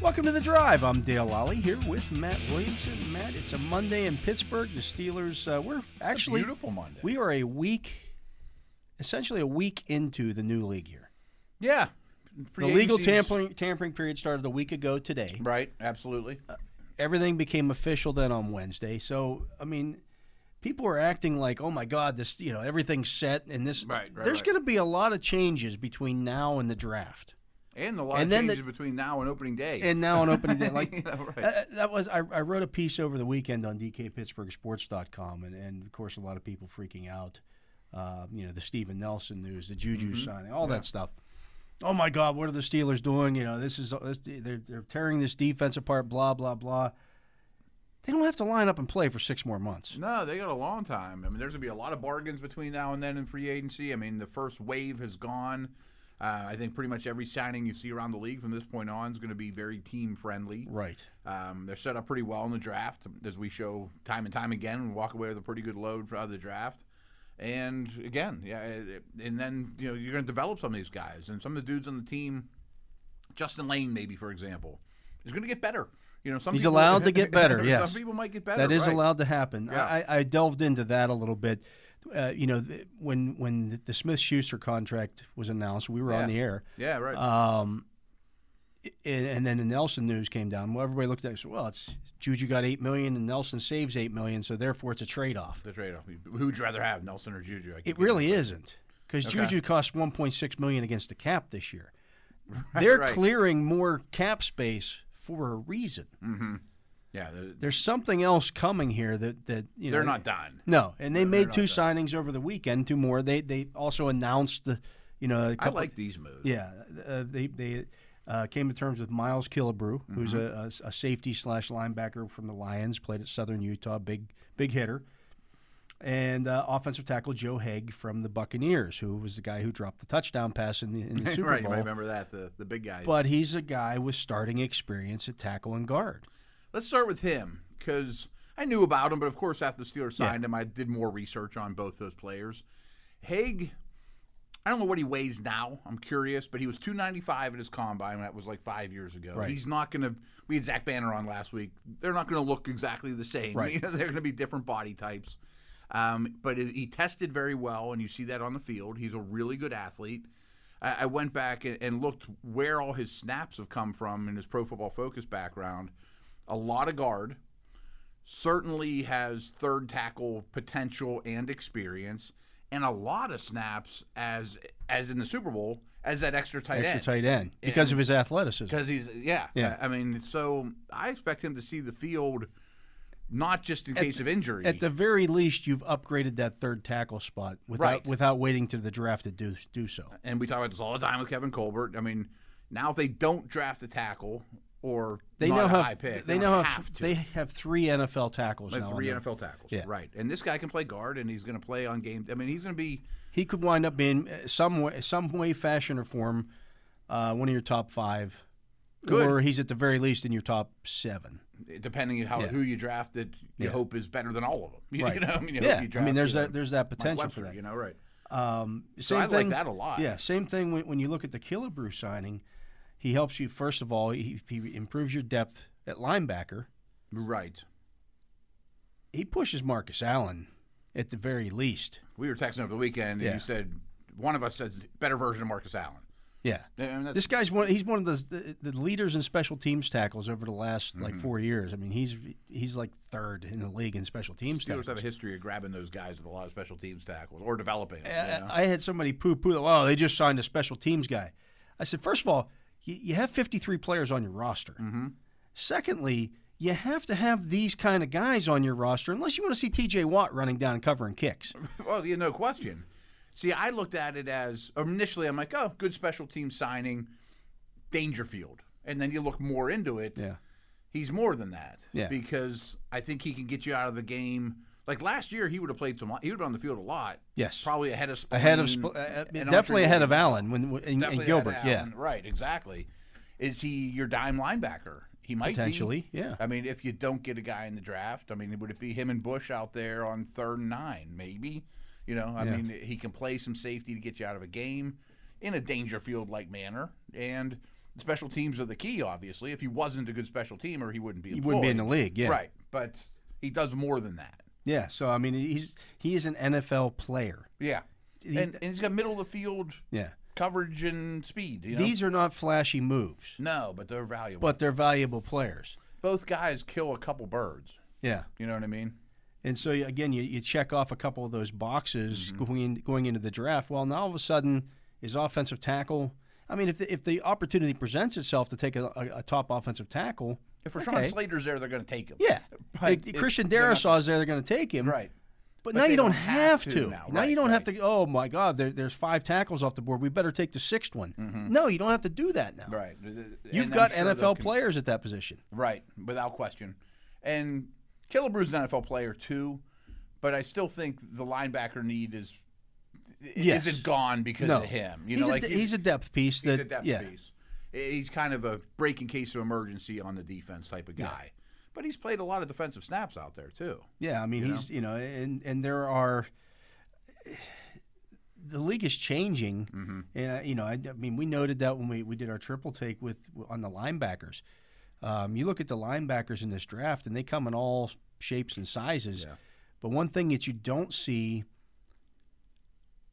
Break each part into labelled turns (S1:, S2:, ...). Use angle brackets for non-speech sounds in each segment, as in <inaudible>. S1: Welcome to the drive. I'm Dale Lally here with Matt Williamson. Matt, it's a Monday in Pittsburgh. The Steelers. Uh, we're actually
S2: beautiful Monday.
S1: We are a week, essentially a week into the new league year.
S2: Yeah. Free
S1: the legal
S2: agencies-
S1: tampering tampering period started a week ago today.
S2: Right, absolutely.
S1: Uh, Everything became official then on Wednesday. So I mean, people are acting like, oh my God, this you know everything's set and this.
S2: Right, right,
S1: there's
S2: right.
S1: going to be a lot of changes between now and the draft.
S2: And a lot
S1: and
S2: of
S1: then the-
S2: changes between now and opening day.
S1: <laughs> and now on opening day,
S2: <laughs>
S1: like
S2: You know, right.
S1: that, that was. I, I wrote a piece over the weekend on DKPittsburghSports.com, and, and of course, a lot of people freaking out. Uh, you know, the Steven Nelson news, the Juju
S2: Mm-hmm.
S1: signing, all that stuff. Oh my God, what are the Steelers doing? You know, this is this, they're they're tearing this defense apart. Blah blah blah. They don't have to line up and play for six more months.
S2: no, they got a long time. I mean, there's going to be a lot of bargains between now and then in free agency. I mean, the first wave has gone. Uh, I think pretty much every signing you see around the league from this point on is going to be very team friendly.
S1: Right.
S2: Um, they're set up pretty well in the draft, as we show time and time again. We walk away with a pretty good load for out of the draft. And again, yeah, it- it- and then you know you're going to develop some of these guys, and some of the dudes on the team, Justin Lane, maybe for example, is going to get better. You know, some
S1: He's
S2: people- <laughs>
S1: allowed to get better, yes.
S2: some people might get better.
S1: That is
S2: right.
S1: allowed to happen.
S2: Yeah.
S1: I, I- I delved into that a little bit. Uh, you know, th- when when the Smith Schuster contract was announced, we were on
S2: Yeah.
S1: the air.
S2: Yeah, right.
S1: Um, and, and then the Nelson news came down. Well, everybody looked at it and said, well, it's Juju got eight million and Nelson saves eight million, so therefore it's a trade off.
S2: the trade-off. Who would you rather have, Nelson or Juju? I
S1: It really isn't because
S2: Okay.
S1: Juju cost one point six million against the cap this year. They're
S2: <laughs> right.
S1: clearing more cap space for a reason.
S2: Mm-hmm. Yeah, they're,
S1: There's something else coming here that that you know
S2: they're not done.
S1: No, and they made
S2: not
S1: two signings over the weekend, two more. They they also announced the you know a
S2: I
S1: couple
S2: like these moves.
S1: Yeah, uh, they they uh, came to terms with Miles Killebrew, who's a,
S2: Mm-hmm.
S1: a, a safety slash linebacker from the Lions, played at Southern Utah, big big hitter, and uh, offensive tackle Joe Haig from the Buccaneers, who was the guy who dropped the touchdown pass in the, in the Super
S2: <laughs> right. You
S1: Bowl.
S2: might remember that the the big guy.
S1: But he's a guy with starting experience at tackle and guard.
S2: Let's start with him because I knew about him, but of course, after the Steelers
S1: Yeah.
S2: signed him, I did more research on both those players. Haig, I don't know what he weighs now. I'm curious, but he was 295 at his combine. That was like five years ago.
S1: Right.
S2: He's not going to. We had Zach Banner on last week. They're not going to look exactly the same.
S1: Right.
S2: <laughs> You know, they're going to be different body types. Um, but he he tested very well, and you see that on the field. He's a really good athlete. I, I went back and, and looked where all his snaps have come from in his Pro Football Focus background. A lot of guard, certainly has third tackle potential and experience, and a lot of snaps as as in the Super Bowl as that extra tight
S1: Extra
S2: end.
S1: tight end because of his athleticism.
S2: because he's yeah
S1: Yeah.
S2: I I mean, so I expect him to see the field, not just in case of injury.
S1: At the very least, you've upgraded that third tackle spot without
S2: Right.
S1: without waiting to the draft to do do so.
S2: and we talk about this all the time with Kevin Colbert. I mean, now if they don't draft a tackle or
S1: They
S2: not
S1: now
S2: a
S1: have
S2: high pick,
S1: they,
S2: they
S1: now
S2: don't
S1: have,
S2: to.
S1: they have three NFL tackles
S2: Like
S1: now. on
S2: three
S1: their-
S2: NFL tackles,
S1: Yeah.
S2: right? And this guy can play guard, and he's going to play on game. I mean, he's going to be
S1: He could wind up being uh, some way, some way, fashion or form, uh, one of your top five,
S2: Good.
S1: or he's at the very least in your top seven.
S2: depending on how who you draft that you
S1: Yeah.
S2: hope is better than all of them. <laughs> <laughs> You,
S1: Right.
S2: know, I mean, you hope
S1: yeah,
S2: you
S1: I
S2: draft,
S1: mean, there's
S2: you know,
S1: that there's that
S2: Mike
S1: potential
S2: Webster,
S1: for that.
S2: you know, right?
S1: Um, same
S2: I like
S1: thing-
S2: that a lot.
S1: Yeah, same thing when, when you look at the Killebrew signing. He helps you first of all. He, he improves your depth at linebacker.
S2: Right.
S1: He pushes Marcus Allen at the very least.
S2: We were texting over the weekend,
S1: Yeah.
S2: and you said one of us says better version of Marcus Allen.
S1: Yeah.
S2: I mean, that's-
S1: This guy's one. He's one of the, the the leaders in special teams tackles over the last
S2: Mm-hmm.
S1: like four years. I mean, he's he's like third in the league in special teams
S2: Steelers have a
S1: tackles.
S2: history of grabbing those guys with a lot of special teams tackles or developing.
S1: I,
S2: Them, you know?
S1: I- I had somebody poo poo. Oh, they just signed a special teams guy. I said, first of all, you, you have fifty three players on your roster.
S2: Mm-hmm.
S1: Secondly, you have to have these kind of guys on your roster unless you want to see T.J. Watt running down and covering
S2: <laughs>
S1: kicks.
S2: Well, yeah, no question. See, I looked at it as initially, I'm like, oh, good special team signing, Dangerfield. And then you look more into it.
S1: Yeah.
S2: He's more than that.
S1: Yeah.
S2: Because I think he can get you out of the game. Like last year, he would have played some. He would have been on the field a lot.
S1: Yes.
S2: Probably ahead of Spillane,
S1: ahead of Spl- uh,
S2: and Archer
S1: definitely ahead of
S2: Gordon.
S1: Allen when, when and,
S2: Definitely ahead of
S1: Gilbert.
S2: Allen. Right. Exactly. Is he your dime linebacker? He
S1: yeah,
S2: might Be.
S1: potentially. Yeah.
S2: I mean, if you don't get a guy in the draft, I mean, would it be him and Bush out there on third and nine, maybe? You know, I
S1: Yeah.
S2: mean, he can play some safety to get you out of a game in a danger field like manner. And special teams are the key, obviously. If he wasn't a good special teamer, he wouldn't be.
S1: He wouldn't be in the
S2: employed.
S1: league. Yeah.
S2: Right. But he does more than that.
S1: Yeah. So I mean, he's he is an NFL player.
S2: Yeah.
S1: He-
S2: And, and he's got middle of the field
S1: yeah.
S2: coverage and speed. You know?
S1: These are not flashy moves,
S2: no, but they're valuable.
S1: but they're valuable players.
S2: both guys kill a couple birds.
S1: Yeah.
S2: You know what I mean?
S1: And so you- again, you, you check off a couple of those boxes
S2: Mm-hmm.
S1: going in, going into the draft. Well, now all of a sudden, is offensive tackle. I mean, if the, if the opportunity presents itself to take a, a, a top offensive tackle,
S2: If Rashawn
S1: Okay.
S2: Slater's there, they're going to take him.
S1: yeah,
S2: But
S1: Like,
S2: it-
S1: Christian
S2: they're not-
S1: Darrisaw is there. They're going to take him,
S2: Right.
S1: But,
S2: But
S1: now
S2: they
S1: you don't,
S2: don't
S1: have
S2: have
S1: to.
S2: to
S1: Now,
S2: now,
S1: you
S2: right,
S1: don't have
S2: right.
S1: to. Oh my God, there, there's five tackles off the board. We better take the sixth one.
S2: Mm-hmm.
S1: No, you don't have to do that now.
S2: Right.
S1: You've
S2: And I'm
S1: got
S2: sure they'll
S1: NFL
S2: con-
S1: players at that position.
S2: Right, without question. And Killebrew's an NFL player too, but I still think the linebacker need is
S1: Yes.
S2: isn't gone because
S1: No.
S2: of him. You
S1: he's,
S2: know,
S1: a,
S2: like
S1: de- he's a depth piece. That
S2: he's a depth
S1: yeah,
S2: piece. He's kind of a break in case of emergency on the defense type of guy. But he's played a lot of defensive snaps out there too.
S1: yeah. I mean,
S2: You
S1: he's you know, and and there are. The league is changing,
S2: Mm-hmm.
S1: and uh, you know, I, I mean, we noted that when we, we did our triple take with on the linebackers. Um, you look at the linebackers in this draft, and they come in all shapes and sizes.
S2: Yeah.
S1: But one thing that you don't see,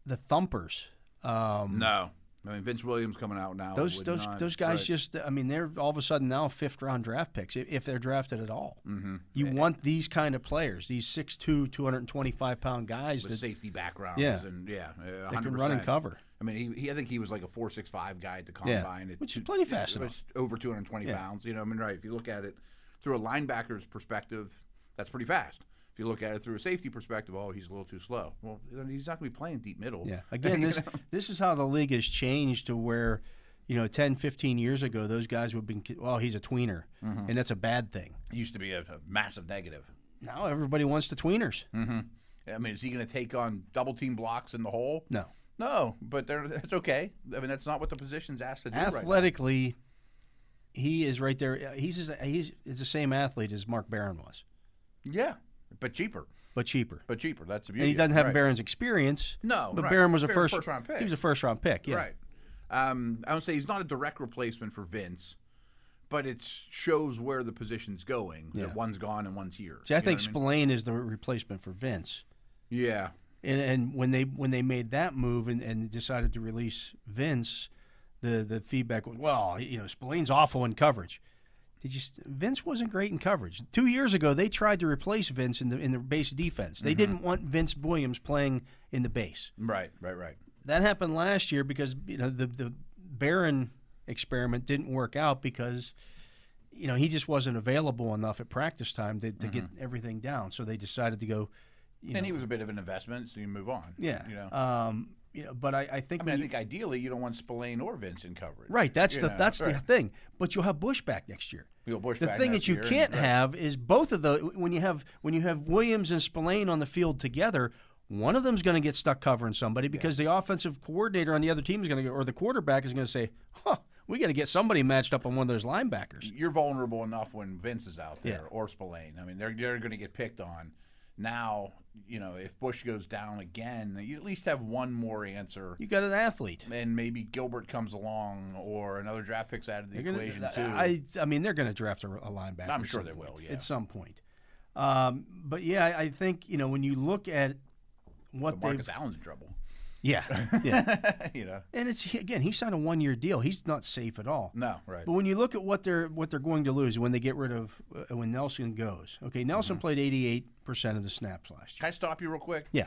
S1: the thumpers. Um,
S2: No. I mean Vince Williams coming out now.
S1: Those
S2: would
S1: those
S2: not-
S1: those guys
S2: right.
S1: just I mean they're all of a sudden now fifth round draft picks if, if they're drafted at all.
S2: Mhm.
S1: You want these kind of players, these 6'2", 225 pound guys
S2: with
S1: that,
S2: safety backgrounds
S1: Yeah.
S2: and yeah, uh,
S1: that can run and
S2: 100%.
S1: cover.
S2: I mean, he, he I think he was like a four six five guy at the combine, at
S1: which is
S2: two-
S1: plenty fast
S2: it
S1: enough.
S2: was over two hundred twenty
S1: Yeah.
S2: pounds. You know, I mean, right? If you look at it through a linebacker's perspective, that's pretty fast. If you look at it through a safety perspective, oh, he's a little too slow. Well, you know, he's not going to be playing deep middle. <laughs>
S1: Yeah. Again, this this is how the league has changed to where, you know, 10, 15 years ago, those guys would have been, well, he's a tweener,
S2: Mm-hmm.
S1: and that's a bad thing.
S2: used to be a, a massive negative.
S1: Now everybody wants the tweeners.
S2: Mm. I mean, is he going to take on double team blocks in the hole?
S1: No.
S2: No, but they're, that's okay. I mean, that's not what the position's asked to do. right now.
S1: Athletically, he is right there. He's, as- he's, he's the same athlete as Mark Barron was,
S2: yeah, but cheaper,
S1: but cheaper.
S2: but cheaper. That's the beauty.
S1: and he
S2: of
S1: doesn't
S2: it,
S1: have
S2: right.
S1: Barron's experience.
S2: No,
S1: but
S2: Oh, right.
S1: Barron was a
S2: Barron's
S1: first,
S2: first-round pick.
S1: He was a first round pick. Yeah,
S2: Right. Um, I would say he's not a direct replacement for Vince, but it shows where the position's going.
S1: Yeah.
S2: That one's gone and one's here.
S1: See, I
S2: You know
S1: think
S2: what
S1: Spillane is the replacement for Vince.
S2: mean? Yeah.
S1: And, and when they when they made that move and, and decided to release Vince, the the feedback was, well, you know, Spillane's awful in coverage. Did you? s- Vince wasn't great in coverage. Two years ago, they tried to replace Vince in the in the base defense.
S2: Mm-hmm.
S1: They didn't want Vince Williams playing in the base.
S2: Right. Right. Right.
S1: That happened last year because you know the the Barron experiment didn't work out because you know he just wasn't available enough at practice time to, to get
S2: Mm-hmm.
S1: everything down. So they decided to go. You
S2: and
S1: know,
S2: he was a bit of an investment, so you move on.
S1: yeah.
S2: You know.
S1: Um, you know, but I, I think,
S2: I mean, I
S1: when
S2: think ideally you don't want Spillane or Vince in coverage.
S1: you- right. That's
S2: you
S1: the
S2: know,
S1: that's the
S2: right.
S1: thing. But you'll have Bush back next year.
S2: You'll push
S1: The
S2: back
S1: thing
S2: next
S1: that you
S2: year and-
S1: can't
S2: right.
S1: have is both of those when you have when you have Williams and Spillane on the field together. One of them's going to get stuck covering somebody because the offensive coordinator on the other team is going to go, or the quarterback is going to say, "Huh, we got to get somebody matched up on one of those linebackers."
S2: You're vulnerable enough when Vince is out there
S1: Yeah.
S2: or Spillane. I mean, they're they're going to get picked on. Now, you know, if Bush goes down again, you at least have one more answer.
S1: You got an athlete.
S2: and maybe Gilbert comes along or another draft pick's added to the
S1: They're gonna-
S2: equation too.
S1: I, I mean, they're going to draft a, a linebacker.
S2: I'm
S1: at
S2: sure
S1: some
S2: they
S1: point-
S2: will, yeah.
S1: at some point. Um, but yeah, I, I think you know when you look at
S2: but
S1: what they,
S2: Marcus Allen's in trouble. <laughs>
S1: yeah, yeah,
S2: you know,
S1: and it's he- again he signed a one year deal. He's not safe at all.
S2: no, right?
S1: But when you look at what they're what they're going to lose when they get rid of uh, when Nelson goes, okay,
S2: Mm-hmm.
S1: Nelson played 88 percent of the snaps last year.
S2: Can I stop you real quick?
S1: Yeah,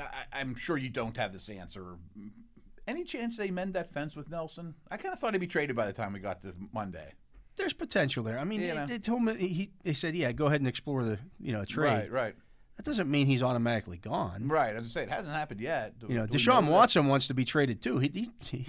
S2: I, I- I'm sure you don't have this answer. Any chance they mend that fence with Nelson? I kind of thought he'd be traded by the time we got to Monday.
S1: there's potential there. I mean,
S2: You
S1: they,
S2: know.
S1: they told me he they said yeah, go ahead and explore the you know trade.
S2: Right, right.
S1: That doesn't mean he's automatically gone.
S2: Right. I was say it hasn't happened yet. Do-
S1: You know,
S2: do we
S1: Deshaun
S2: that?
S1: Watson wants to be traded too. He, he- he-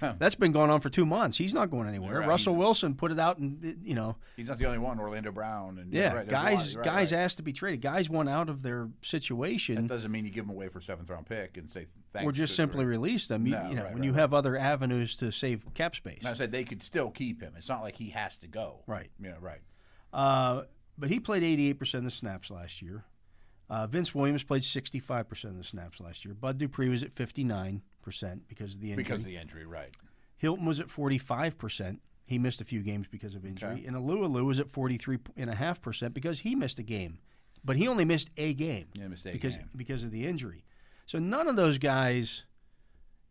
S2: <laughs>
S1: that's been going on for two months. He's not going anywhere.
S2: Right,
S1: Russell
S2: he's-
S1: Wilson put it out, and you know,
S2: He's not the only one. Orlando Brown and
S1: yeah,
S2: right, there's a lot-
S1: guys,
S2: right,
S1: guys
S2: right.
S1: asked to be traded. Guys won out of their
S2: That
S1: situation,
S2: doesn't mean you give him away for seventh round pick and say thanks.
S1: or just
S2: to-
S1: simply release them. You,
S2: No,
S1: you know,
S2: right,
S1: when
S2: right,
S1: you
S2: right.
S1: have other avenues to save cap space,
S2: I said they could still keep him. It's not like he has to go.
S1: right?
S2: You know, right.
S1: Uh, but he played 88% of the snaps last year. Uh, Vince Williams played 65% of the snaps last year. Bud Dupree was at 59% because of the injury.
S2: Because of the injury, right.
S1: Hilton was at 45%. He missed a few games because of injury. And Alualu was at 43.5% because he missed a game. But he only missed a game
S2: Yeah, mistake.
S1: because
S2: game.
S1: because of the injury. So none of those guys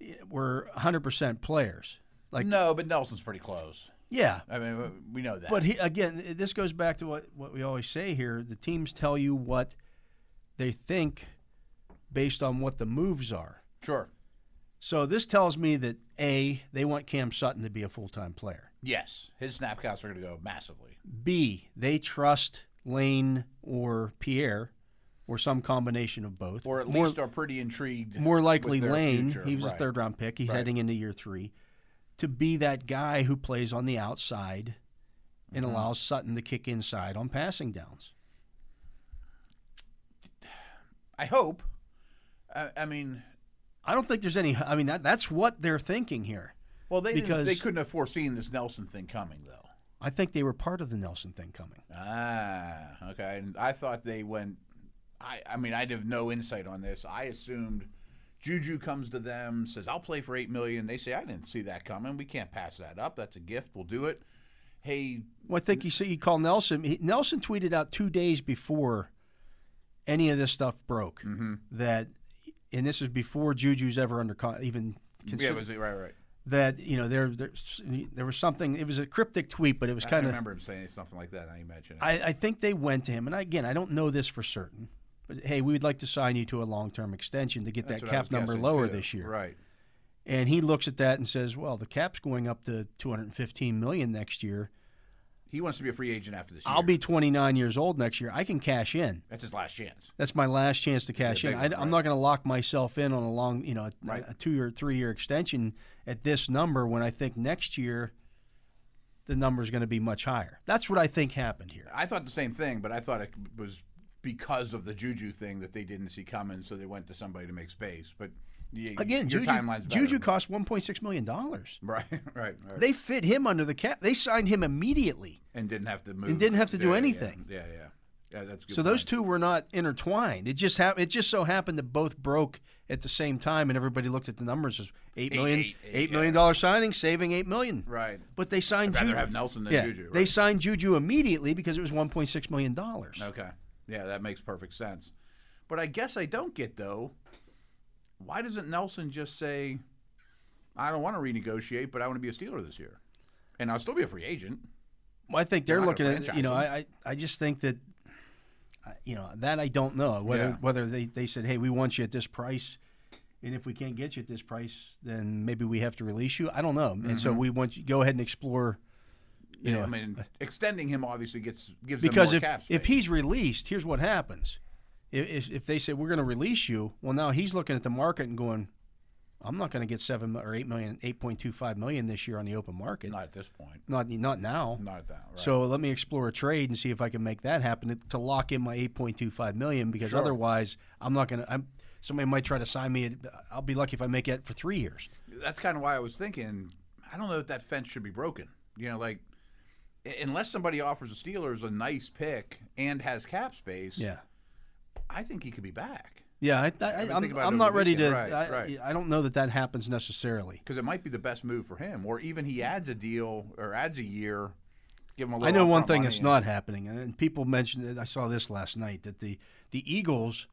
S1: eh, were 100% players. Like,
S2: no, but Nelson's pretty close.
S1: yeah,
S2: I mean, we know that.
S1: But he, again, this goes back to what, what we always say here. The teams tell you what they think based on what the moves are.
S2: sure.
S1: So this tells me that A, they want Cam Sutton to be a full time player.
S2: Yes, his snap counts are going to go massively.
S1: B, they trust Lane or Pierre or some combination of both.
S2: Or at
S1: More-
S2: least are pretty intrigued.
S1: more
S2: with
S1: likely
S2: their
S1: Lane.
S2: future.
S1: He was a
S2: Right.
S1: third round pick. He's
S2: Right.
S1: heading into year three to be that guy who plays on the outside and
S2: Mm-hmm.
S1: allows Sutton to kick inside on passing downs.
S2: I hope. I, I mean,
S1: I don't think there's any. I mean, that that's what they're thinking here.
S2: well, they didn't- they
S1: Because-
S2: couldn't have foreseen this Nelson thing coming, though.
S1: I think they were part of the Nelson thing coming.
S2: Ah, okay. And I thought they went. I, I mean, I have no insight on this. I assumed Juju comes to them, says, "I'll play for eight million. They say, "I didn't see that coming. We can't pass that up. That's a gift. We'll do it." Hey,
S1: Well, I think you see, you call Nelson. He, Nelson tweeted out two days before any of this stuff broke
S2: Mm-hmm.
S1: that, and this is before Juju's ever under con- even
S2: yeah,
S1: considered
S2: was it right, right?
S1: that you know there, there there was something. It was a cryptic tweet, but it was
S2: I
S1: kind of.
S2: remember him saying something like that. Now you mention it.
S1: I, I think they went to him, and I, again, I don't know this for certain. But hey, we would like to sign you to a long-term extension to get
S2: That's
S1: that
S2: what I
S1: cap
S2: was
S1: number
S2: guessing,
S1: lower
S2: too.
S1: this year.
S2: right?
S1: and he looks at that and says, "Well, the cap's going up to 215 million next year.
S2: He wants to be a free agent after this.
S1: I'll
S2: year.
S1: be 29 years old next year. I can cash in.
S2: That's his last chance.
S1: That's my last chance to cash in.
S2: big
S1: I,
S2: one,
S1: I'm
S2: right.
S1: not going to lock myself in on a long, you know, a,
S2: Right.
S1: a two or three year extension at this number when I think next year the number is going to be much higher. That's what I think happened here.
S2: I thought the same thing, but I thought it was because of the Juju thing that they didn't see coming, so they went to somebody to make space. But y-
S1: Again,
S2: your
S1: Juju,
S2: timeline's better. <laughs>
S1: Juju cost 1.6 million dollars.
S2: right, right, right.
S1: They fit him under the cap. They signed him immediately.
S2: and didn't have to move.
S1: didn't have to do
S2: Yeah, yeah,
S1: anything.
S2: Yeah, yeah, yeah. that's a good.
S1: So those
S2: point.
S1: two were not intertwined. It just hap- It just so happened that both broke at the same time, and everybody looked at the numbers as eight million,
S2: eight, eight,
S1: eight million dollar signing, saving eight million.
S2: right.
S1: But they signed
S2: Rather
S1: Juju.
S2: have Nelson than
S1: yeah,
S2: Juju. Right?
S1: they signed Juju immediately because it was one point six million dollars.
S2: Okay. Yeah, that makes perfect sense. But I guess I don't get though. Why doesn't Nelson just say, "I don't want to renegotiate, but I want to be a Steeler this year, and I'll still be a free agent"?
S1: Well, I think they're
S2: They're not
S1: looking
S2: gonna
S1: at you know. I, I I just think that I- you know that I don't know whether
S2: Yeah.
S1: whether they they said, hey, we want you at this price. And if we can't get you at this price, then maybe we have to release you. I don't know. And
S2: Mm-hmm.
S1: so we want you go ahead and explore. You know,
S2: I mean, extending him obviously gets gives
S1: because
S2: them
S1: if
S2: more cap space.
S1: if he's released, here's what happens. If, if, if they say we're going to release you, well now he's looking at the market and going, I'm not going to get seven mi- or eight million, eight point two five million this year on the open market.
S2: not at this point,
S1: Not not now.
S2: not at that. Right.
S1: So let me explore a trade and see if I can make that happen to, to lock in my eight point two five million because
S2: Sure.
S1: otherwise I'm not going to. I'm somebody might try to sign me. At, I'll be lucky if I make it for three years.
S2: that's kind of why I was thinking. I don't know if that fence should be broken. You know, like u- unless somebody offers the Steelers a nice pick and has cap space,
S1: Yeah.
S2: I think he could be back
S1: Yeah, I, I, I,
S2: been
S1: am
S2: thinking about it over
S1: I'm not
S2: the
S1: ready to.
S2: weekend. Right,
S1: I,
S2: right.
S1: I don't know that that happens necessarily.
S2: because it might be the best move for him. Or even he adds a deal or adds a year, give him a little.
S1: I know one
S2: upfront
S1: thing
S2: money
S1: that's
S2: and-
S1: not happening, and- and people mentioned it. I saw this last night that the the Eagles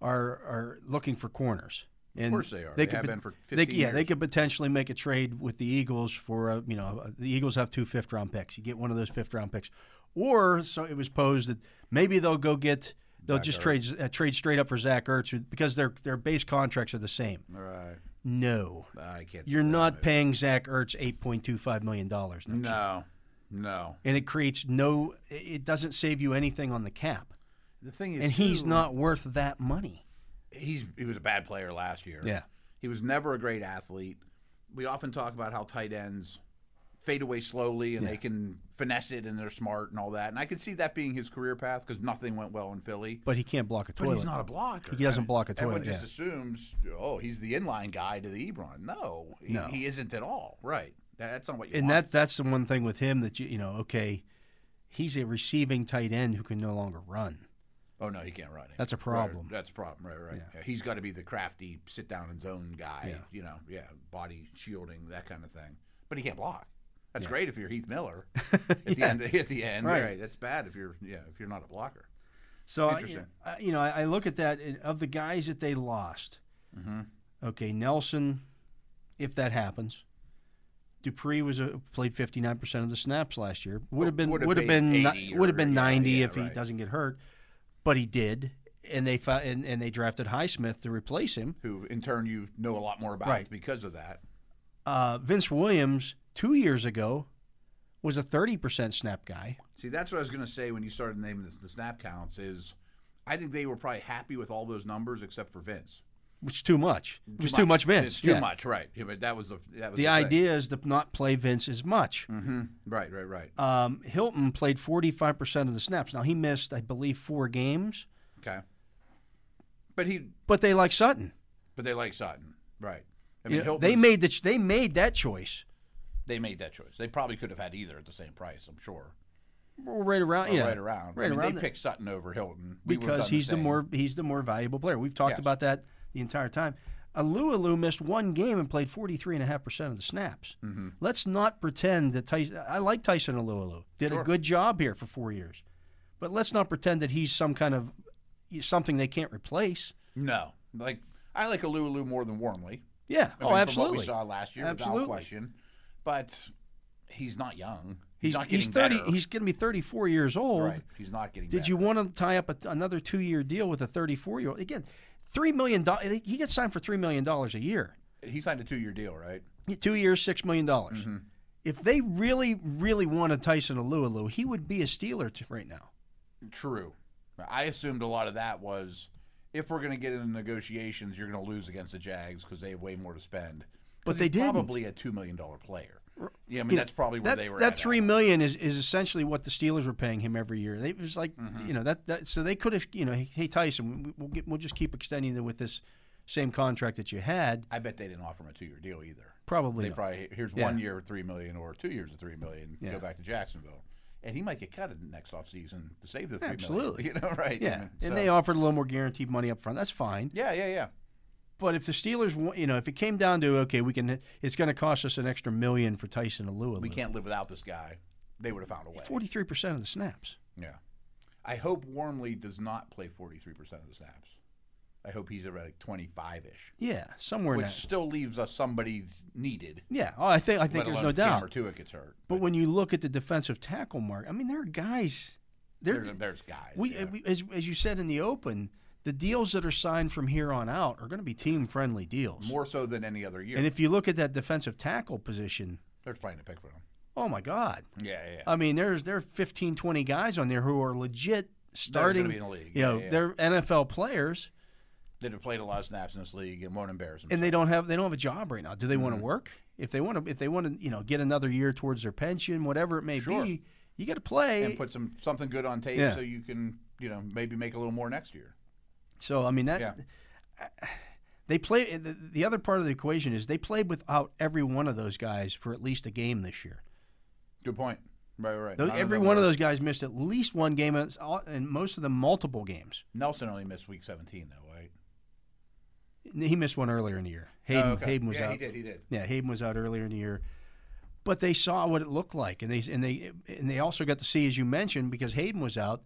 S1: are are looking for corners. And
S2: course they are. They have
S1: pot-
S2: been for
S1: they,
S2: 15
S1: Yeah, they
S2: years.
S1: could potentially make a trade with the Eagles for uh, you know uh, the Eagles have two fifth round picks. You get one of those fifth round picks, or so it was posed that maybe they'll go get they'll just trade uh, trade straight up for Zach Ertz who- because their their base contracts are the same.
S2: All right.
S1: No,
S2: I can't.
S1: you're not paying Zach Ertz eight point two five million dollars.
S2: No, no.
S1: and it creates no it doesn't save you anything on the cap
S2: The thing is,
S1: and he's
S2: too,
S1: not worth that money.
S2: He's he was a bad player last year.
S1: Yeah.
S2: He was never a great athlete. We often talk about how tight ends fade away slowly and they can finesse it and they're smart and all that. And I could see that being his career path because nothing went well in Philly.
S1: But he can't block a
S2: But
S1: toilet.
S2: he's not a blocker.
S1: He doesn't block a
S2: Everyone
S1: toilet,
S2: just
S1: yeah.
S2: assumes, oh, he's the inline guy to the Ebron. No, he,
S1: No.
S2: he isn't at all. Right. That- That's not what you
S1: and
S2: want.
S1: that that's the one thing with him that you you know okay, he's a receiving tight end who can no longer run.
S2: oh no, he can't run. it.
S1: That's a
S2: Right,
S1: problem.
S2: That's a problem. Right. Right. Yeah, He's got to be the crafty sit down and zone guy.
S1: Yeah.
S2: You know. Yeah. Body shielding that kind of thing. But he can't block. That's great if you're Heath
S1: <laughs>
S2: Miller. At the end. <laughs> At the end.
S1: Right.
S2: Right. That's bad if you're yeah if you're not a blocker.
S1: So I-
S2: Interesting.
S1: I, you know, I, I look at that and of the guys that they lost.
S2: Mm-hmm.
S1: Okay, Nelson, if that happens, Dupree was a, played fifty nine percent of the snaps last year. Would have been
S2: Would've
S1: would have
S2: been
S1: been
S2: 80
S1: ni-
S2: or-
S1: would have been
S2: yeah,
S1: ninety
S2: yeah,
S1: if he
S2: right.
S1: doesn't get hurt, but he did, and they fou- and, and they drafted Highsmith to replace him.
S2: Who in turn you know a lot more about
S1: Right.
S2: because of that.
S1: Uh, Vince Williams two years ago was a thirty percent snap guy.
S2: See, that's what I was going to say when you started naming the, the snap counts. Is I think they were probably happy with all those numbers except for Vince.
S1: which is too much. It was too much Vince.
S2: It's too
S1: yeah.
S2: much, right? Yeah, but that was the that was
S1: The
S2: the thing. Mm-hmm.
S1: idea is to not play Vince as much.
S2: Right, right, right.
S1: Um, Hilton played 45% of the snaps. Now, he missed, I believe, four games,
S2: Okay. But he,
S1: but they like Sutton.
S2: but they like Sutton, right? I
S1: You
S2: mean,
S1: know,
S2: Hilton.
S1: they, made the, ch- they made that choice.
S2: they made that choice. They probably could have had either at the same price. I'm sure.
S1: We're Right around, you know,
S2: Uh, right around.
S1: right
S2: I mean,
S1: around
S2: They
S1: the-
S2: picked Sutton over Hilton We would've
S1: because
S2: done the
S1: he's the,
S2: same.
S1: more he's the more valuable player. We've talked
S2: Yes.
S1: about that the entire time. Alualu missed one game and played 43.5% of the snaps.
S2: Mm-hmm.
S1: Let's not pretend that Tyson, I like Tyson Alualu, did a good job here for four years. But let's not pretend that he's some kind of something they can't replace.
S2: No, like I like Alulu more than Warmly.
S1: Yeah.
S2: I
S1: oh,
S2: mean, From what
S1: absolutely.
S2: we saw last year,
S1: Absolutely.
S2: without question. But he's not young.
S1: He's,
S2: not getting
S1: he's 30.
S2: better.
S1: He's going to be 34 years old.
S2: right. He's not getting.
S1: Did
S2: better.
S1: you want to tie up a, another two year deal with a 34 year old? Again, $3 million. He gets signed for $3 million a year.
S2: He signed a two-year deal, right?
S1: Two years, $6 million.
S2: Mm-hmm.
S1: If they really, really wanted Tyson Alualu, he would be a Steeler t- right now.
S2: True. I assumed a lot of that was if we're going to get into negotiations, you're going to lose against the Jags because they have way more to spend. 'Cause
S1: But they
S2: he's
S1: didn't.
S2: Probably a two million dollar player. Yeah, I mean
S1: You know,
S2: that's probably where
S1: that,
S2: they were.
S1: That
S2: at uh,
S1: three million is, is essentially what the Steelers were paying him every year. They it was like
S2: Mm-hmm.
S1: you know that, that so they could have you know hey Tyson we- we'll get, we'll just keep extending it with this same contract that you had
S2: I bet they didn't offer him a two year deal either.
S1: probably
S2: They
S1: not.
S2: probably here's
S1: Yeah.
S2: one year at three million or two years at three million.
S1: Yeah.
S2: Go back to Jacksonville, and he might get cut in the next offseason to save the three million.
S1: Absolutely.
S2: <laughs> You know, right? I
S1: yeah
S2: mean,
S1: and
S2: so-
S1: they offered a little more guaranteed money up front that's fine
S2: Yeah, yeah, yeah.
S1: But if the Steelers, wa- you know, if it came down to okay, we can, it's going to cost us an extra million for Tyson
S2: We
S1: Alualu.
S2: can't live without this guy. They would have found a way.
S1: Forty-three percent of the snaps.
S2: Yeah. I hope Warmly does not play 43% of the snaps. I hope he's around like 25 ish,
S1: Yeah, somewhere in
S2: which
S1: that.
S2: still leaves us somebody needed.
S1: Yeah, oh, I think I think
S2: let
S1: there's
S2: alone
S1: no
S2: if Cam
S1: doubt.
S2: Or two, it gets hurt.
S1: But when you look at the defensive tackle mark, I mean, there are guys. There,
S2: there's, there's guys.
S1: we,
S2: yeah.
S1: we as as you said in the open, the deals that are signed from here on out are going to be team-friendly deals.
S2: More so than any other year.
S1: and if you look at that defensive tackle position,
S2: there's plenty to pick from.
S1: oh my God!
S2: Yeah, yeah. yeah.
S1: I mean, there's there are 15, 20 guys on there who are legit
S2: They're gonna
S1: starting.
S2: be in the league.
S1: you
S2: yeah,
S1: know,
S2: yeah.
S1: they're NFL players.
S2: that have played a lot of snaps in this league and won't embarrass them.
S1: and they don't have they don't have a job right now. Do they
S2: Mm-hmm.
S1: want to work? If they want to, if they want to, you know, get another year towards their pension, whatever it may
S2: Sure.
S1: be, you got to play.
S2: and put some something good on tape
S1: Yeah.
S2: so you can, you know, maybe make a little more next year.
S1: so I mean that
S2: Yeah.
S1: <sighs> they play. and The, the other part of the equation is they played without every one of those guys for at least a game this year.
S2: Good point. Right, right.
S1: Tho-
S2: None
S1: every
S2: them
S1: one of
S2: were-
S1: those guys missed at least one game, and it's all- and most of them multiple games.
S2: Nelson only missed week 17, though, right?
S1: He missed one earlier in the year. Hayden,
S2: Oh, okay.
S1: Hayden was
S2: yeah,
S1: out.
S2: he did. He did.
S1: Yeah, Hayden was out earlier in the year, but they saw what it looked like, and they and they and they also got to see, as you mentioned, because Hayden was out.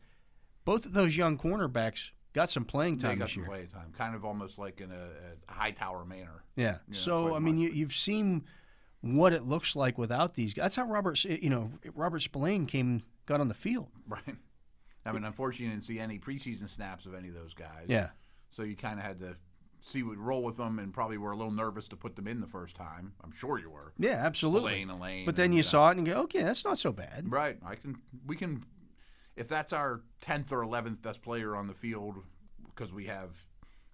S1: Both of those young cornerbacks got some playing
S2: They
S1: time
S2: got
S1: this
S2: some
S1: year.
S2: play time, kind of almost like in a, a high tower manner. <laughs>
S1: Yeah. so
S2: quite
S1: I mean, you, you've seen what it looks like without these guys. That's how Robert, S- you know, Robert Spillane came got on the field.
S2: Right. I mean, unfortunately, you didn't see any preseason snaps of any of those guys.
S1: Yeah.
S2: So you kind of had to see what roll with them, and probably were a little nervous to put them in the first time. I'm sure you were.
S1: Yeah, absolutely.
S2: Spillane, Elaine,
S1: but then
S2: and,
S1: you
S2: uh, <laughs>
S1: saw it and you go, okay, that's not so bad.
S2: Right. I can. We can. if that's our tenth or eleventh best player on the field because we have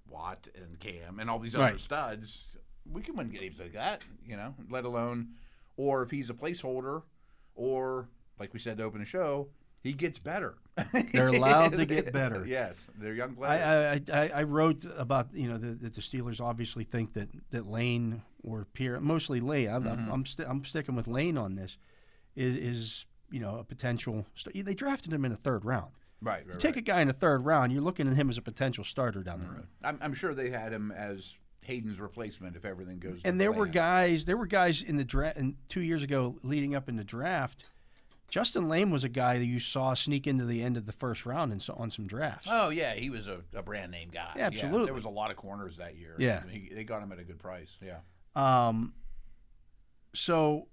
S2: Watt and Cam and all these other
S1: Right.
S2: studs, we can win games like that, you know. Let alone, or if he's a placeholder, or like we said to open the show, he gets better. <laughs>
S1: They're allowed to get better.
S2: yes, they're young players.
S1: I, I, I, I wrote about you know the, that the Steelers obviously think that, that Lane or Pierre, mostly Lane. I'm I'm, I'm, sti i I'm sticking with Lane on this. Is, is you know a potential? St- they drafted him in the third round.
S2: right, right. Mm-hmm.
S1: Take a guy in the third round, you're looking at him as a potential starter down the road.
S2: I'm, I'm sure they had him as Hayden's replacement if everything goes. to
S1: And there were
S2: plan.
S1: guys, there were guys in the draft, and two years ago, leading up in the draft, Justin Lane was a guy that you saw sneak into the end of the first round and so, on some drafts.
S2: Oh yeah, he was a, a brand name guy.
S1: Yeah, absolutely.
S2: there was a lot of corners that year.
S1: Yeah.
S2: he, they got him at a good price. Yeah,
S1: Um, so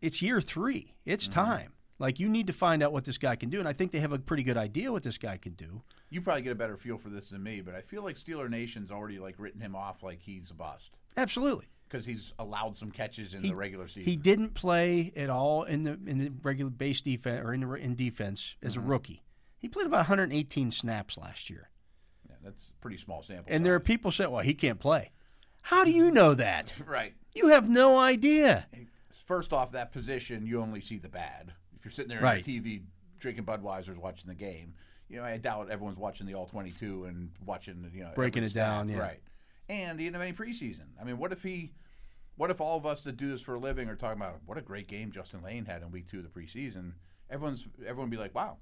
S1: it's year three. It's
S2: Mm-hmm.
S1: time. Like you need to find out what this guy can do, and I think they have a pretty good idea what this guy can do.
S2: you probably get a better feel for this than me, but I feel like Steeler Nation's already like written him off like he's a bust
S1: Absolutely.
S2: because he's allowed some catches in the regular season.
S1: He didn't play at all in the in the regular base defense or in the, in defense as
S2: Mm-hmm.
S1: a rookie. He played about 118 snaps last year.
S2: yeah, that's Mm-hmm. a pretty small sample.
S1: And there are
S2: size.
S1: people saying, "Well, he can't play." How do you know that?
S2: right.
S1: You have no idea.
S2: First off, that position you only see the bad. If you're sitting there
S1: Right.
S2: on your TV drinking Budweisers, watching the game, you know I doubt everyone's watching the all 22 and watching you know
S1: Breaking
S2: every
S1: it down,
S2: stat.
S1: yeah.
S2: right. And he didn't have any preseason. I mean, what if he? What if all of us that do this for a living are talking about what a great game Justin Lane had in week two of the preseason? Everyone's everyone would be like, wow,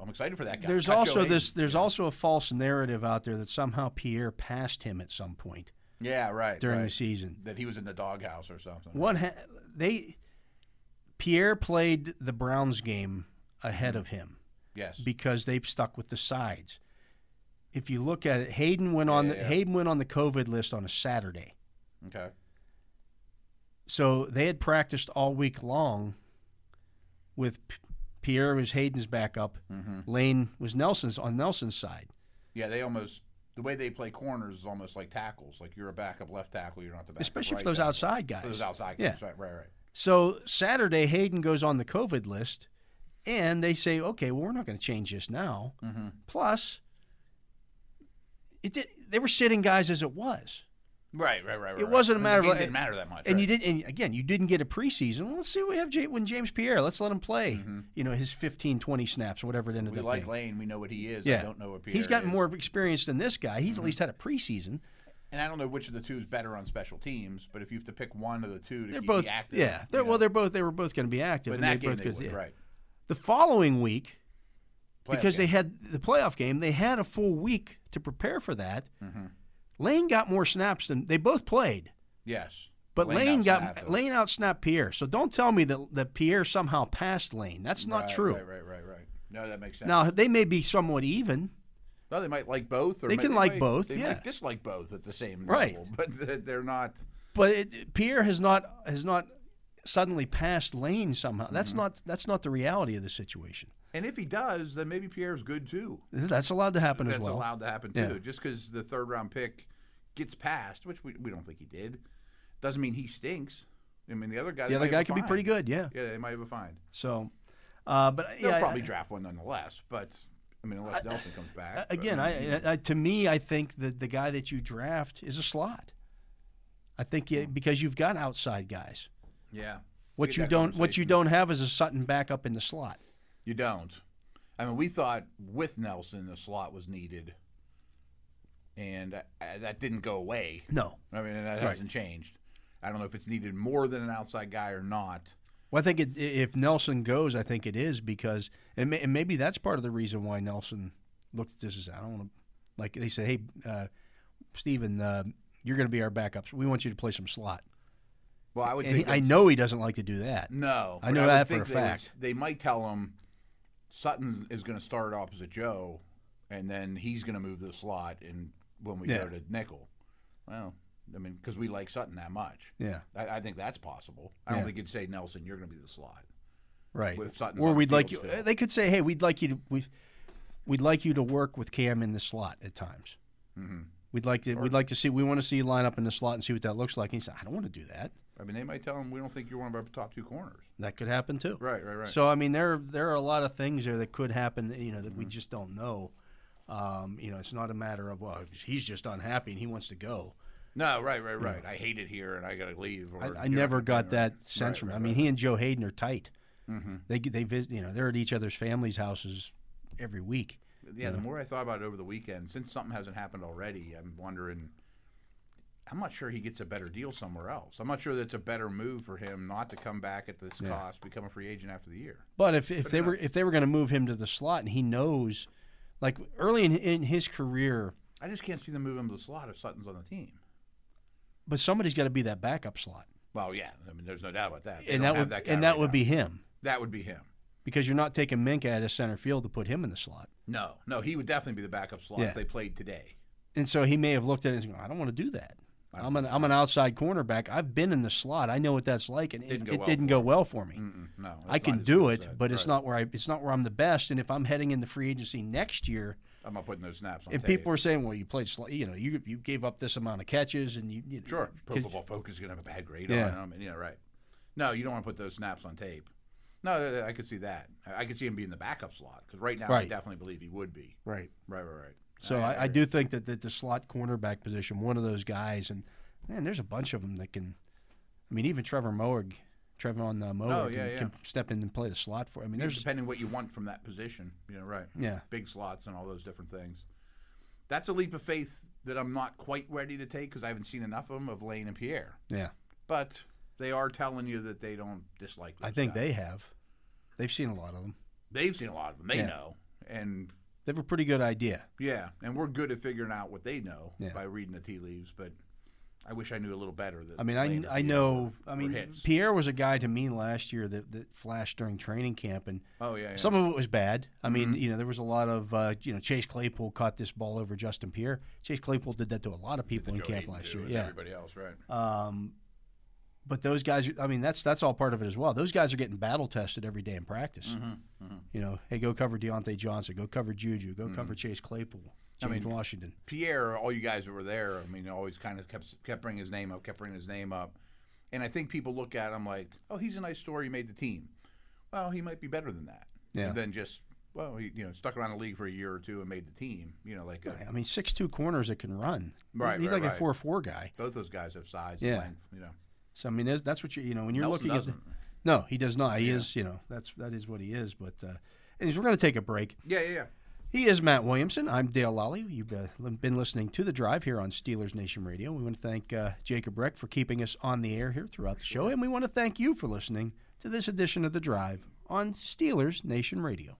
S2: I'm excited for that guy.
S1: There's
S2: Cut Joe
S1: also
S2: Hayden.
S1: this. There's also a false narrative out there that somehow Pierre passed him at some point
S2: yeah, right.
S1: during the
S2: right.
S1: season.
S2: that he was in the doghouse or something.
S1: What ha- they Pierre played the Browns game ahead of him
S2: Yes.
S1: because they stuck with the sides. If you look at it, Hayden went on
S2: Yeah,
S1: the,
S2: yeah.
S1: Hayden went on the COVID list on a Saturday,
S2: okay.
S1: so they had practiced all week long. With P- Pierre was Hayden's backup,
S2: Mm-hmm.
S1: Lane was Nelson's on Nelson's side.
S2: Yeah, they almost the way they play corners is almost like tackles. Like you're a backup left tackle, you're not the backup.
S1: Especially
S2: right
S1: for those
S2: tackle.
S1: outside
S2: For
S1: guys.
S2: those outside
S1: Yeah.
S2: guys, right, right, right.
S1: So Saturday, Hayden goes on the COVID list, and they say, "Okay, well, we're not going to change this now."
S2: Mhm.
S1: Plus, it did, they were sitting guys as it was,
S2: Right, right, right, right.
S1: It wasn't a
S2: right.
S1: matter
S2: the game
S1: of-
S2: didn't matter that much.
S1: and you
S2: right.
S1: did. And again, you didn't get a preseason. Well, let's see what we have J- when James Pierre. Let's let him play. You know his 15, 20 snaps, whatever it ended
S2: Mm-hmm.
S1: up.
S2: We like
S1: being.
S2: Lane. We know what he is.
S1: yeah,
S2: I don't know what Pierre Mm-hmm.
S1: he's gotten
S2: is.
S1: more experience than this guy. He's at least had a preseason.
S2: And I don't know which of the two is better on special teams. But if you have to pick one of the two to
S1: They're
S2: keep
S1: both,
S2: you active,
S1: yeah. They're,
S2: you know,
S1: well, they're both. They were both going to be active.
S2: but in
S1: and
S2: that
S1: they
S2: game
S1: both
S2: they
S1: could-
S2: would,
S1: yeah.
S2: right?
S1: The following week,
S2: Playoff
S1: because they
S2: game.
S1: had the playoff game. They had a full week to prepare for that.
S2: Mm-hmm.
S1: Lane got more snaps than they both played,
S2: yes,
S1: but Lane, got
S2: outsnapped them.
S1: Lane outsnapped Pierre. So don't tell me that that Pierre somehow passed Lane. That's not
S2: Right,
S1: true.
S2: Right, right, right, right. No, that makes sense.
S1: Now they may be somewhat even.
S2: No, they might like both. Or
S1: They
S2: might-
S1: can like
S2: might-
S1: both,
S2: They
S1: yeah.
S2: might dislike both at the same
S1: Right.
S2: level, but they're not.
S1: But it, Pierre has not has not suddenly passed Lane somehow. That's
S2: Mm-hmm.
S1: not that's not the reality of the situation.
S2: And if he does, then maybe Pierre's good too.
S1: That's allowed to happen as
S2: That's
S1: well.
S2: allowed to happen too.
S1: Yeah.
S2: Just because the third round pick gets passed, which we, we don't think he did, doesn't mean he stinks. I mean, the other guy.
S1: The
S2: they
S1: other
S2: might have
S1: guy
S2: a
S1: could be pretty
S2: fine.
S1: good, yeah.
S2: Yeah, they might have a fine.
S1: So, uh, but
S2: They'll
S1: yeah, I-
S2: probably draft one nonetheless, but I mean, unless Nelson comes back.
S1: Uh,
S2: but,
S1: Again,
S2: I mean,
S1: I, I, I to me, I think that the guy that you draft is a slot. I think you, because you've got outside guys.
S2: yeah.
S1: What
S2: Hmm. Get
S1: you
S2: that
S1: don't what you
S2: conversation.
S1: don't have is a Sutton backup in the slot.
S2: You don't. I mean, we thought with Nelson the slot was needed, and uh, uh, that didn't go away.
S1: No,
S2: I mean, that
S1: Right.
S2: hasn't changed. I don't know if it's needed more than an outside guy or not.
S1: well, I think it, i- if Nelson goes, I think it is because and, may, and maybe that's part of the reason why Nelson looked at this as I don't want to like they said, hey, uh, Steven, uh, you're going to be our backups. We want you to play some slot.
S2: Well, I would
S1: And he,
S2: think
S1: I
S2: that's- Mm.
S1: know he doesn't like to do that.
S2: No,
S1: I
S2: but
S1: know
S2: would
S1: that for
S2: think
S1: a
S2: they would-
S1: fact.
S2: they might tell him Sutton is going to start opposite Joe, and then he's going to move to the slot. And when we go
S1: Yeah.
S2: to nickel, well, I mean, because we like Sutton that much,
S1: Yeah,
S2: I, I think that's possible. I don't
S1: Yeah.
S2: think you'd say Nelson, you're going to be the slot.
S1: right.
S2: With Sutton's
S1: or
S2: on the
S1: we'd like you.
S2: field still.
S1: They could say, "Hey, we'd like you to we, we'd like you to work with Cam in the slot at times.
S2: Mm-hmm.
S1: We'd like to we'd like to see we want to see you line up in the slot and see what that looks like." And he said, "I don't want to do that.
S2: I mean, they might tell him we don't think you're one of our top two corners.
S1: That could happen too.
S2: Right, right, right.
S1: So I mean, there there are a lot of things there that could happen. You know, that
S2: Mm-hmm.
S1: we just don't know. Um, you know, it's not a matter of well, he's just unhappy and he wants to go.
S2: no, right, right, right. I hate it here, and I got to leave. Or,
S1: I, I
S2: you know,
S1: never got
S2: or-
S1: that sense
S2: right,
S1: from.
S2: right,
S1: I mean,
S2: right. Mm-hmm.
S1: he and Joe Hayden are tight. They they visit. You know, they're at each other's families' houses every week.
S2: yeah. The more I thought about it over the weekend, since something hasn't happened already, I'm wondering. I'm not sure he gets a better deal somewhere else. I'm not sure that's a better move for him not to come back at this cost, become a free agent after the year.
S1: But if, if they were if they were going to move him to the slot, and he knows, like early in, in his career,
S2: I just can't see them moving him to the slot if Sutton's on the team.
S1: but somebody's got to be that backup slot,
S2: Well, yeah. I mean, there's no doubt about that. They
S1: and
S2: don't
S1: that
S2: have
S1: would
S2: that guy
S1: and that
S2: right
S1: would
S2: now.
S1: be him
S2: that would be him.
S1: because you're not taking Minka out of center field to put him in the slot.
S2: No, no, he would definitely be the backup slot
S1: Yeah.
S2: if they played today.
S1: And so he may have looked at it and gone, I don't want to do that.
S2: I don't
S1: I'm an I'm an outside cornerback. I've been in the slot. I know what that's like, and
S2: Didn't
S1: it,
S2: go
S1: it
S2: well
S1: didn't
S2: for
S1: go well for me.
S2: Mm-mm, no, that's
S1: I
S2: not
S1: can
S2: his
S1: do
S2: skill
S1: it,
S2: set.
S1: but it's
S2: Right.
S1: not where I it's not where I'm the best. And if I'm heading into free agency next year,
S2: I'm not putting those snaps on.
S1: and
S2: tape.
S1: people are saying, well, you played, sli- you know, you you gave up this amount of catches, and you, you know,
S2: sure, Pro
S1: 'cause-
S2: Football Focus is gonna have a bad grade
S1: Yeah.
S2: on him. And, yeah, right. No, you don't want to put those snaps on tape. No, th- th- I could see that. I I could see him being the backup slot because right now I
S1: Right.
S2: definitely believe he would be.
S1: right.
S2: Right, right, right.
S1: So I, I do think that, that the slot cornerback position, one of those guys, and man, there's a bunch of them that can. I mean, even Trevor Moog, Trevor on uh, Moog,
S2: Oh,
S1: can,
S2: yeah, yeah.
S1: can step in and play the slot for. I mean,
S2: There's
S1: there's
S2: depending what you want from that position. You know, right.
S1: yeah,
S2: big slots and all those different things. That's a leap of faith that I'm not quite ready to take because I haven't seen enough of them of Lane and Pierre.
S1: yeah.
S2: But they are telling you that they don't dislike.
S1: I
S2: those
S1: think
S2: guys.
S1: they have. They've seen a lot of them.
S2: they've seen a lot of them. They
S1: Yeah.
S2: know, and
S1: They have a pretty good idea.
S2: yeah, and we're good at figuring out what they know
S1: Yeah.
S2: by reading the tea leaves. But I wish I knew a little better. That
S1: I mean, I,
S2: Lane or
S1: I
S2: Pierre
S1: know.
S2: were-
S1: I
S2: were
S1: mean,
S2: hits.
S1: Pierre was a guy to me last year that, that flashed during training camp, and
S2: oh yeah, Mm-hmm. yeah.
S1: Some of it was bad. I mean, you know, there was a lot of uh, you know Chase Claypool caught this ball over Justin Pierre. Chase Claypool did that to a lot of people in
S2: Joe
S1: camp
S2: Hayden
S1: last
S2: too,
S1: year.
S2: and
S1: Yeah.
S2: everybody else, right?
S1: Um, but those guys, I mean, that's that's all part of it as well. Those guys are getting battle tested every day in practice.
S2: Mm-hmm,
S1: You know, hey, go cover Deontay Johnson, go cover Juju, go cover Chase Claypool, James Washington.
S2: Pierre, all you guys that were there, I mean, always kind of kept kept bringing his name up, kept bringing his name up, and I think people look at him like, oh, he's a nice story, he made the team. Well, he might be better than that.
S1: Yeah.
S2: And then just well, he you know stuck around the league for a year or two and made the team. You know, like uh,
S1: I mean, six two corners that can run.
S2: Right,
S1: He's
S2: right,
S1: like a
S2: right.
S1: four four guy.
S2: both those guys have size
S1: Yeah.
S2: and length. You know,
S1: So I mean, that's, that's what you you know when you're
S2: Nelson
S1: looking at. The,
S2: doesn't.
S1: no, he does not. He is you know that's that is what he is. But uh, anyways, we're going to take a break.
S2: Yeah, yeah, yeah.
S1: He is Matt Williamson. I'm Dale Lally. You've uh, been listening to The Drive here on Steelers Nation Radio. We want to thank uh, Jacob Reck for keeping us on the air here throughout the show, and we want to thank you for listening to this edition of The Drive on Steelers Nation Radio.